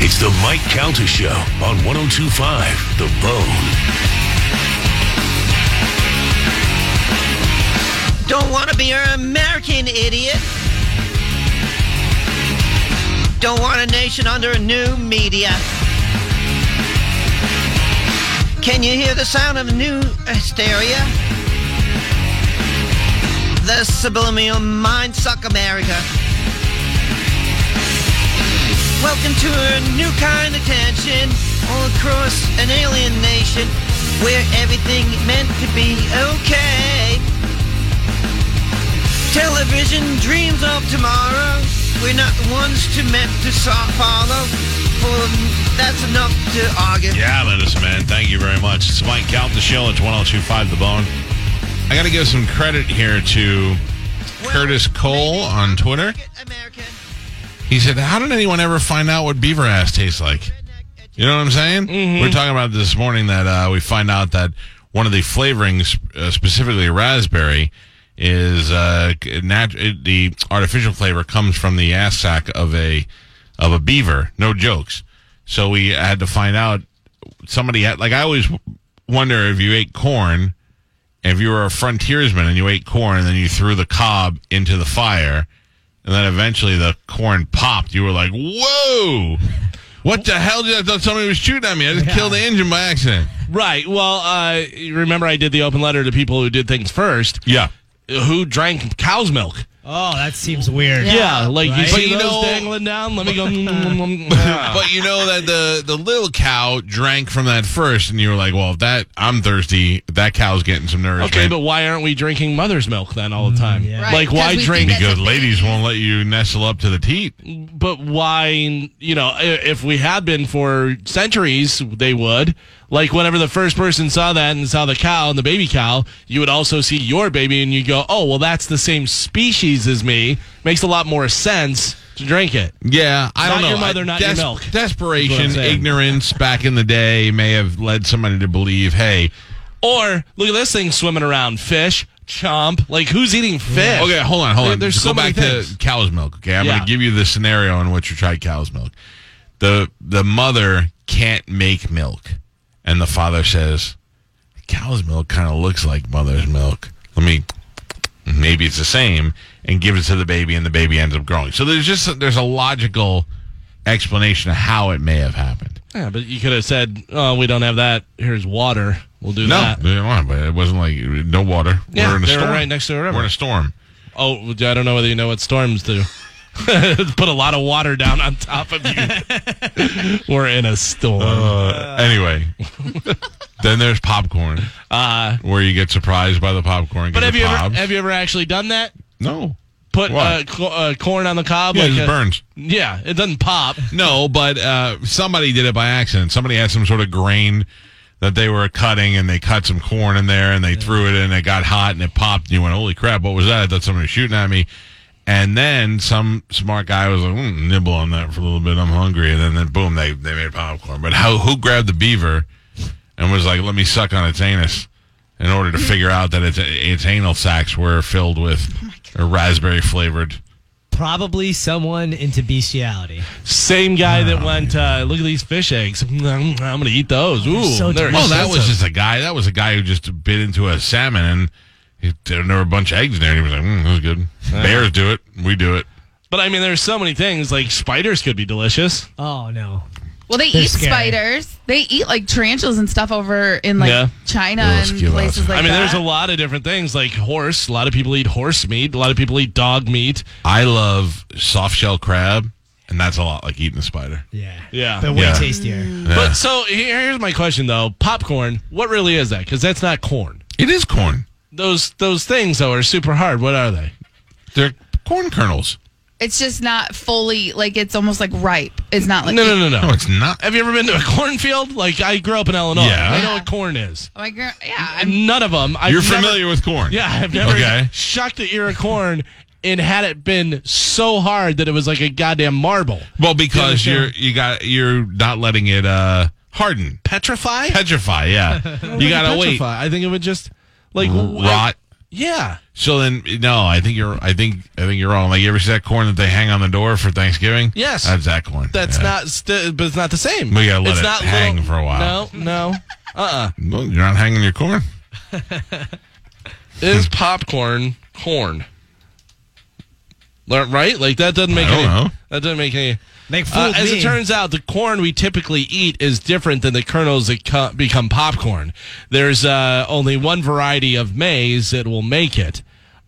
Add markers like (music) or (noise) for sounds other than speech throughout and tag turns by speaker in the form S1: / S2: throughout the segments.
S1: It's the Mike Calter Show on 1025 The Bone.
S2: Don't want to be an American idiot. Don't want a nation under a new media. Can you hear the sound of new hysteria? The subliminal mind suck America. Welcome to a new kind of tension all across an alien nation where everything meant to be okay. Television dreams of tomorrow. We're not the ones to meant to so- follow. For that's enough to argue.
S3: Yeah, listen, man. Thank you very much. It's Mike Calp, the show. It's 1025 The Bone. I got to give some credit here to Curtis Cole on Twitter.
S2: American.
S3: He said, How did anyone ever find out what beaver ass tastes like? You know what I'm saying? We We're talking about this morning that uh, we find out that one of the flavorings, uh, specifically raspberry, is uh, nat- it- the artificial flavor comes from the ass sack of a of a beaver. No jokes. So we had to find out somebody had, like I always wonder if you ate corn, if you were a frontiersman and you ate corn and then you threw the cob into the fire and then eventually the corn popped. You were like, "Whoa, what the hell? Did I thought somebody was shooting at me? I just killed the engine by accident."
S4: Right. Well, uh, you remember I did the open letter to people who did things first.
S3: Yeah,
S4: Who drank cow's milk?
S5: Oh, that seems weird.
S4: Yeah, like you
S5: Right.
S4: see
S3: But you
S4: those
S3: know-
S4: dangling down. Let me go. mm, mm, mm, mm.
S3: Uh. but you know that the the little cow drank from that first, and you were like, "Well, if that I'm thirsty. That cow's getting some nourishment."
S4: okay, but why aren't we drinking mother's milk then all the time?
S5: Mm, yeah.
S4: Like
S2: Right,
S4: why
S2: 'cause we
S4: drink?
S2: think
S3: because ladies won't let you nestle up to the teat.
S4: But why? You know, i- if we had been for centuries, they would. Like whenever the first person saw that and saw the cow and the baby cow, you would also see your baby, and you go, "Oh, well, that's the same species as me." Makes a lot more sense to drink it.
S3: Yeah, I
S4: Not
S3: don't know.
S4: your mother,
S3: I-
S4: not your milk. That's what I'm
S3: Desperation,
S4: saying.
S3: ignorance back in the day may have led somebody to believe, "Hey,
S4: Or look at this thing swimming around. Fish, chomp. Like who's eating fish?
S3: Okay, hold on, hold
S4: There-
S3: on.
S4: there's
S3: Just
S4: so
S3: go
S4: many
S3: back
S4: things.
S3: to cow's milk. Okay, I'm
S4: Yeah.
S3: going to give you the scenario in which you tried cow's milk. The the mother can't make milk, and the father says, "Cow's milk kind of looks like mother's milk. Let me, maybe it's the same." And give it to the baby, and the baby ends up growing. So there's just there's a logical explanation of how it may have happened.
S4: Yeah, but you could have said, "Oh, we don't have that. Here's water. We'll do
S3: No,
S4: that."
S3: they didn't want it, but it wasn't like no water.
S4: Yeah,
S3: we're in a
S4: they were
S3: storm.
S4: right next to the river.
S3: We're in a storm.
S4: Oh, I don't know whether you know what storms do. (laughs) Put a lot of water down on top of you.
S3: (laughs)
S4: We're in a storm.
S3: Uh, anyway,
S4: (laughs)
S3: then there's popcorn,
S4: Uh,
S3: where you get surprised by the popcorn.
S4: but
S3: get
S4: have
S3: the
S4: you ever
S3: pobs.
S4: have you ever actually done that?
S3: no?
S4: Put uh,
S3: Why?
S4: co- uh, corn on the cob.
S3: Yeah, it
S4: like
S3: just
S4: a-
S3: burns.
S4: Yeah, it doesn't pop.
S3: (laughs) No, but uh, somebody did it by accident. Somebody had some sort of grain that they were cutting, and they cut some corn in there, and they threw it in, and it got hot, and it popped. And you went, "Holy crap! What was that?" I thought somebody was shooting at me. And then some smart guy was like, mm, "Nibble on that for a little bit. I'm hungry." And then, then boom, they they made popcorn. But how who grabbed the beaver and was like, "Let me suck on its anus." In order to figure out that its, its anal sacs were filled with raspberry flavored.
S5: Probably someone into bestiality.
S4: Same guy that went. Uh, Look at these fish eggs. (laughs) I'm gonna eat those. Ooh,
S5: so
S4: they're
S3: Oh, that was
S4: expensive.
S3: just a guy. That was a guy who just bit into a salmon and he, there were a bunch of eggs in there. And he was like, mm, that was good. Bears do it. We do it.
S4: But I mean, there's so many things like spiders could be delicious.
S5: Oh no.
S6: Well, they
S5: They're
S6: eat
S5: scary.
S6: spiders. They eat like tarantulas and stuff over in like
S4: Yeah.
S6: China
S3: Ugh,
S6: and
S3: give
S6: places
S3: us.
S6: like
S4: I mean,
S6: that.
S4: there's a lot of different things like horse. A lot of people eat horse meat. A lot of people eat dog meat.
S3: I love soft shell crab, and that's a lot like eating a spider.
S5: Yeah.
S4: Yeah.
S5: But way
S3: Yeah.
S5: tastier.
S4: But so here- here's my question though: popcorn. What really is that? Because that's not corn.
S3: It is corn.
S4: Those those things though are super hard. What are they?
S3: They're corn kernels.
S6: It's just not fully like it's almost like ripe. It's not like
S4: No, no, no,
S3: (laughs) No,
S4: no.
S3: it's not.
S4: Have you ever been to a cornfield? Like I grew up in Illinois.
S3: Yeah.
S4: I know what corn is.
S6: Oh, My girl, yeah, I'm,
S4: None of them. I've
S3: You're
S4: never-
S3: familiar with corn.
S4: Yeah, I've never
S3: Okay.
S4: shucked an ear of corn and had it been so hard that it was like a goddamn marble.
S3: Well, because
S4: Yeah,
S3: you're you got you're not letting it uh harden,
S4: Petrify?
S3: petrify.
S4: (laughs)
S3: Yeah, you gotta wait,
S4: Petrify. I think it would just like w-
S3: rot.
S4: yeah.
S3: So then, no, I think you're. I think I think you're wrong. Like you ever see that corn that they hang on the door for Thanksgiving?
S4: Yes.
S3: that's that corn.
S4: That's
S3: Yeah.
S4: not, st- but it's not the same.
S3: We gotta let
S4: it's
S3: it
S4: not
S3: hang for a while.
S4: No, no.
S3: Well, you're not hanging your corn.
S4: Is popcorn corn? Lear- Right? Like that doesn't make
S3: I don't
S4: any.
S3: know.
S4: That doesn't make any.
S5: They
S4: Uh,
S5: fooled
S4: as
S5: me.
S4: it turns out, the corn we typically eat is different than the kernels that co- become popcorn. There's uh, only one variety of maize that will make it,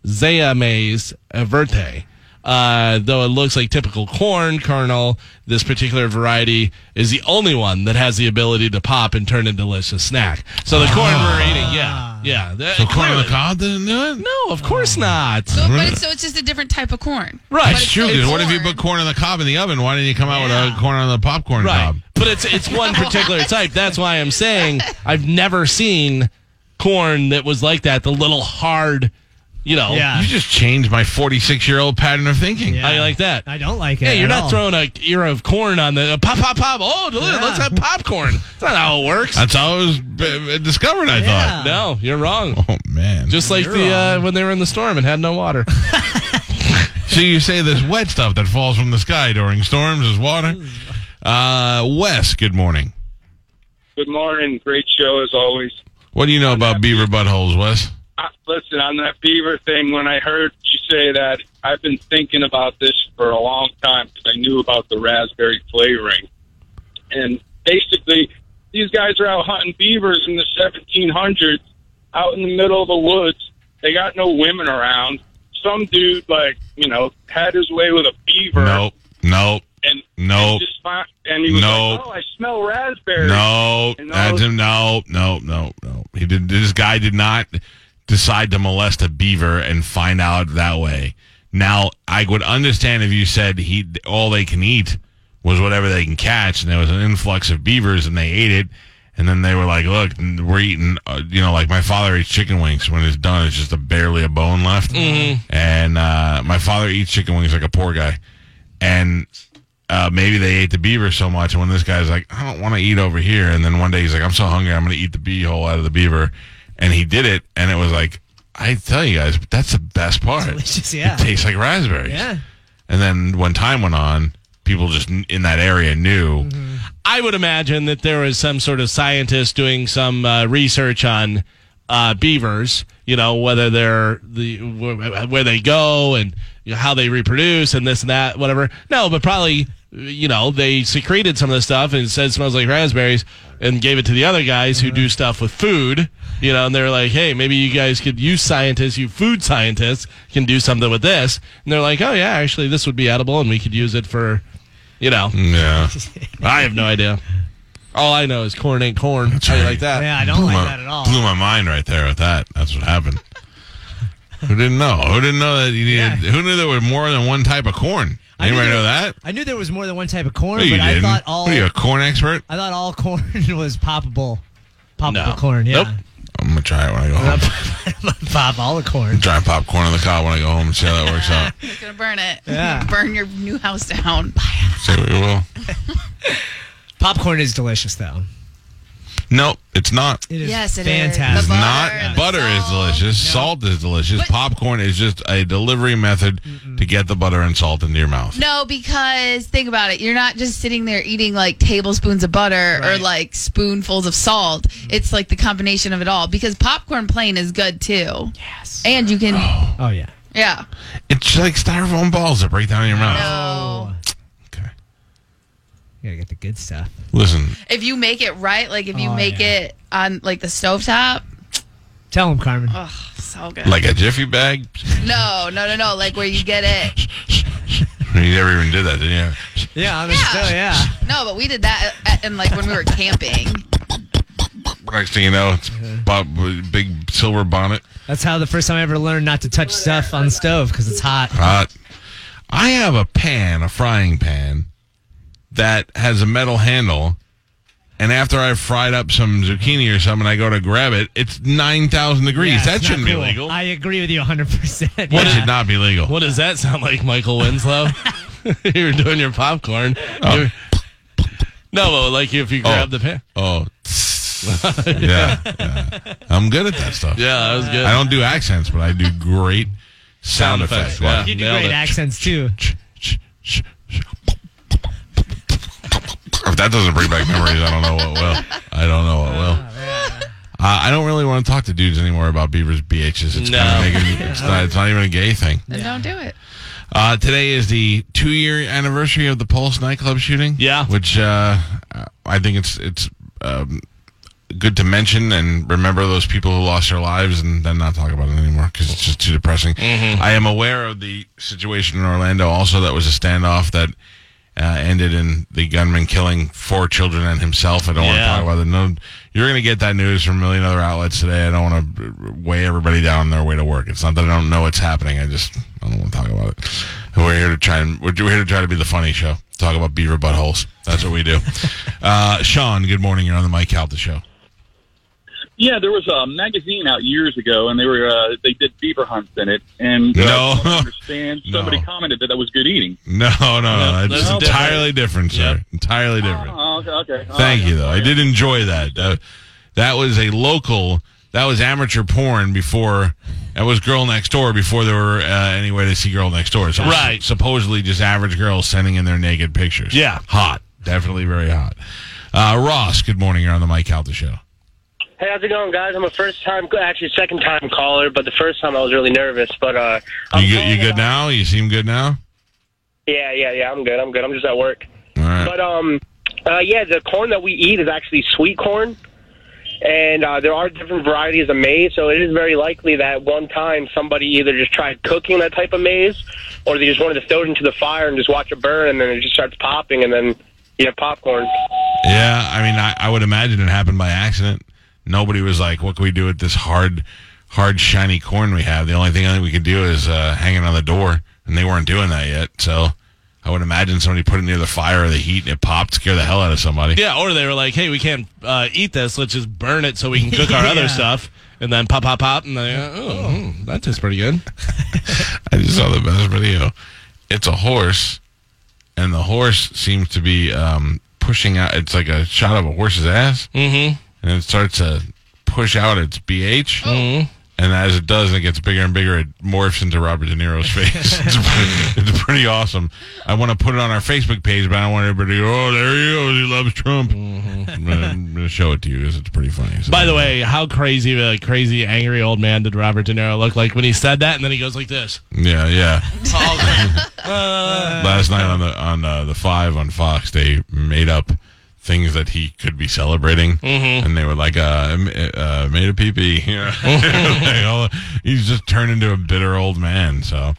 S4: Zea maize verte. Uh, though it looks like typical corn kernel, this particular variety is the only one that has the ability to pop and turn into a delicious snack. So the corn we're eating, yeah, yeah. that-
S3: So corn on the
S4: clearly-
S3: cob didn't do it.
S4: No, of course
S5: Oh.
S4: not.
S6: so, but it's, so it's just a different type of corn.
S4: Right.
S6: But
S3: That's
S6: it's
S3: true.
S6: still
S3: Dude. What if you
S6: corn.
S3: put corn on the cob in the oven? Why didn't you come out with
S4: Yeah.
S3: a corn on the popcorn
S4: Right.
S3: cob?
S4: But it's it's one particular type. That's why I'm saying I've never seen corn that was like that, the little hard, you know.
S5: Yeah.
S3: You just changed my 46 year old pattern of thinking.
S5: Yeah.
S4: I like that.
S5: I don't like it.
S4: Yeah, you're
S5: at
S4: not
S5: all.
S4: throwing a ear of corn on the pop, pop, pop. Oh, look,
S5: Yeah.
S4: let's have popcorn. That's not how it
S5: (laughs)
S4: works.
S3: That's how it was b- discovered, I
S5: Yeah.
S4: no, you're wrong.
S3: thought. Oh, man.
S4: Just like
S5: You're
S4: the uh, when they were in the storm and had no water.
S3: so you say this wet stuff that falls from the sky during storms is water. Uh, Wes, good morning.
S7: Good morning. Great show as always.
S3: What do you know about beaver buttholes, Wes?
S7: Uh, listen, on that beaver thing, when I heard you say that, I've been thinking about this for a long time because I knew about the raspberry flavoring. And basically, these guys are out hunting beavers in the 1700s, out in the middle of the woods. They got no women around. Some dude, like, you know, had his way with a beaver.
S3: Nope. Nope.
S7: And, and,
S3: Nope.
S7: just find, and he was
S3: Nope.
S7: like, oh, I smell raspberry.
S3: No,
S7: And
S3: that's
S7: those-
S3: him. No, no, no, no. He did. This guy did not decide to molest a beaver and find out that way. Now, I would understand if you said he all they can eat was whatever they can catch, and there was an influx of beavers, and they ate it, and then they were like, "Look, we're eating." Uh, you know, like my father eats chicken wings. When it's done, it's just a barely a bone left.
S7: Mm-hmm.
S3: And uh, my father eats chicken wings like a poor guy, and uh, maybe they ate the beaver so much. And when this guy's like, I don't want to eat over here, and then one day he's like, I'm so hungry, I'm going to eat the bee hole out of the beaver, and he did it, and it was like, I tell you guys, that's the best part.
S5: Delicious, yeah.
S3: It tastes like raspberries.
S5: Yeah.
S3: And then when time went on, people just n- in that area knew.
S5: Mm-hmm.
S4: I would imagine that there was some sort of scientist doing some uh, research on uh, beavers. You know whether they're the wh- where they go and you know, how they reproduce and this and that, whatever. No, but probably you know they secreted some of the stuff and said smells like raspberries and gave it to the other guys who do stuff with food. You know, and they're like, hey, maybe you guys could, you scientists, you food scientists, can do something with this. And they're like, oh yeah, actually, this would be edible, and we could use it for, you know,
S3: Yeah.
S4: I have no idea. All I know is corn ain't corn. How you like that?
S5: Yeah, I don't like that at all.
S3: Blew my mind right there with that. That's what happened.
S5: (laughs)
S3: Who didn't know? Who didn't know that you needed? Who knew there were more than one type of corn?
S5: I knew
S3: Anybody
S5: there-
S3: know that?
S5: I knew there was more than one type of corn,
S3: No, you
S5: but I
S3: didn't.
S5: thought all
S3: What are you, a corn expert?
S5: I thought all (laughs) corn was poppable. Poppable
S4: No.
S5: corn, yeah.
S4: Nope.
S3: I'm gonna try it when I go home.
S5: (laughs) Pop all the corn.
S3: Try popcorn on the cob when I go home and see how that
S5: (laughs)
S3: works out.
S6: It's gonna burn it.
S5: Yeah.
S6: (laughs) burn your new house down.
S3: Say what you will.
S5: Popcorn is delicious though.
S3: Nope, it's not.
S5: It is
S6: Yes, it is.
S5: fantastic.
S6: The butter
S3: not
S6: and the
S3: butter is
S6: salt.
S3: delicious. Salt is delicious.
S6: But-
S3: popcorn is just a delivery method to get the butter and salt into your mouth.
S6: No, because think about it. You're not just sitting there eating like tablespoons of butter or
S5: Right.
S6: like spoonfuls of salt. It's like the combination of it all. Because popcorn plain is good too. Yes. And you can,
S5: Oh yeah.
S6: yeah.
S3: It's like styrofoam balls that break down in your mouth.
S5: Oh.
S6: No.
S3: Okay.
S5: You gotta get the good stuff.
S3: Listen,
S6: If you make it right, like if you
S5: Oh,
S6: make
S5: yeah.
S6: it on like the stovetop,
S5: Tell him, Carmen.
S6: oh, so good.
S3: like a jiffy bag.
S6: no, no, no, no. Like where you get it.
S3: You never even did that, did you?
S5: yeah, I'm yeah. still yeah.
S6: No, but we did that at, and like when we were camping.
S3: Next thing you know, it's
S5: Uh-huh.
S3: bo- big silver bonnet.
S5: That's how the first time I ever learned not to touch stuff on the stove because it's hot.
S3: Hot. I have a pan, a frying pan, that has a metal handle. And after I've fried up some zucchini or something, I go to grab it. It's nine thousand degrees.
S5: Yeah,
S3: that
S5: it's not
S3: shouldn't
S5: cool.
S3: be legal.
S5: I agree with you 100%.
S3: That
S5: Yeah.
S3: should not be legal.
S5: (laughs)
S4: What does that sound like,
S8: (laughs)
S4: Michael Winslow? (laughs) you were doing your popcorn.
S3: Oh.
S4: You were- no, but like if you grab the pan.
S3: Oh, yeah, yeah. I'm good at that stuff.
S4: Yeah, that was good.
S3: I don't do accents, but I do great sound,
S4: Sound
S3: effects.
S4: effects,
S3: Wow.
S4: yeah.
S5: You do
S4: Nailed
S5: great
S4: it.
S5: accents too.
S3: If that doesn't bring back memories, I don't know what will. I don't know what will. Uh, I don't really want to talk to dudes anymore about beavers BHs. It's
S4: No.
S3: kind of making, it's, not, it's not even a gay thing.
S6: Then don't do it.
S3: Uh, today is the two year anniversary of the Pulse nightclub shooting.
S4: Yeah.
S3: which uh, I think it's it's um, good to mention and remember those people who lost their lives and then not talk about it anymore because it's just too depressing. I am aware of the situation in Orlando. Also, that was a standoff that. Uh, ended in the gunman killing four children and himself. I don't want to
S4: Yeah.
S3: talk about it. No, you're going to get that news from a million other outlets today. I don't want to weigh everybody down on their way to work. It's not that I don't know what's happening. I just I don't want to talk about it. We're here to try and we're we're here to try to be the funny show. Talk about beaver buttholes. That's what we
S4: (laughs)
S3: do. uh, Sean, good morning. You're on the Mike Calta show.
S7: Yeah, there was a magazine out years ago, and they were uh, they did beaver hunts in it, and uh,
S3: No.
S7: I don't
S3: (laughs)
S7: understand.
S3: No.
S7: Somebody commented that that was good eating.
S3: No, no, no.
S4: No,
S3: It's
S4: that's
S3: entirely different, sir.
S4: Yep.
S3: Entirely different.
S7: Oh, okay, okay. Oh,
S3: Thank
S7: yeah.
S3: you, though. I did enjoy that. Uh, that was a local. That was amateur porn before. That was Girl Next Door before there were uh, any way to see Girl Next Door. So it was
S4: Right.
S3: Supposedly, just average girls sending in their naked pictures.
S4: Yeah.
S3: Hot. Definitely very hot. Uh, Ross, good morning. You're on the Mike Calta show.
S8: Hey, how's it going, guys? I'm a first time, actually second time caller, but the first time I was really nervous. But uh, I'm
S3: You, good-
S8: calling
S3: you good
S8: about-
S3: now? You seem good now.
S8: Yeah, yeah, yeah. I'm good. I'm good. I'm just at work.
S3: All right.
S8: But um, uh, yeah, the corn that we eat is actually sweet corn, and uh, there are different varieties of maize. So it is very likely that one time somebody either just tried cooking that type of maize, or they just wanted to throw it into the fire and just watch it burn, and then it just starts popping, and then you have popcorn.
S3: Yeah, I mean, I, I would imagine it happened by accident. Nobody was like, "What can we do with this hard, hard shiny corn we have?" The only thing I think we could do is uh, hang it on the door, and they weren't doing that yet. So, I would imagine somebody put it near the fire or the heat, and it popped, scared the hell out of somebody.
S4: Yeah, or they were like, "Hey, we can't uh, eat this. Let's just burn it so we can
S8: (laughs)
S4: cook our
S5: Yeah.
S4: other stuff." And then pop, pop, pop, and then uh, oh, hmm, that tastes pretty good.
S3: I just saw the best video. It's a horse, and the horse seems to be um, pushing out. It's like a shot of a horse's ass,
S4: Mm-hmm.
S3: and it starts to push out its BH.
S4: Mhm.
S3: And as it does, it gets bigger and bigger. It morphs into Robert De Niro's
S4: (laughs)
S3: face. it's, pretty, it's pretty awesome. I want to put it on our Facebook page, but I don't want everybody to go, oh, there he goes. He loves Trump. I'm going to show it to you because it's pretty funny. So-
S4: Mm-hmm. By the way, how crazy of a crazy angry old man did Robert De Niro look like when he said that? And then he goes like this.
S3: Yeah, yeah.
S4: (laughs) Uh,
S3: Last night on the on uh, the five on Fox, they made up things that he could be celebrating, and they were like, uh, m- uh "Made a pee pee." (laughs) You know? Like, all- he's just turned into a bitter old man. So, all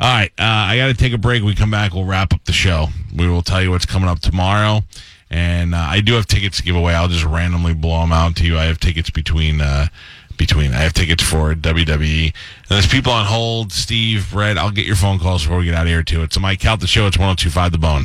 S3: right, uh, I got to take a break. We come back, we'll wrap up the show. We will tell you what's coming up tomorrow. And uh, I do have tickets to give away. I'll just randomly blow them out to you. I have tickets between uh, between. I have tickets for WWE. And there's people on hold. Steve, Brett, I'll get your phone calls before we get out of here, too. It's the Mike Count the Show. It's 1025 The Bone.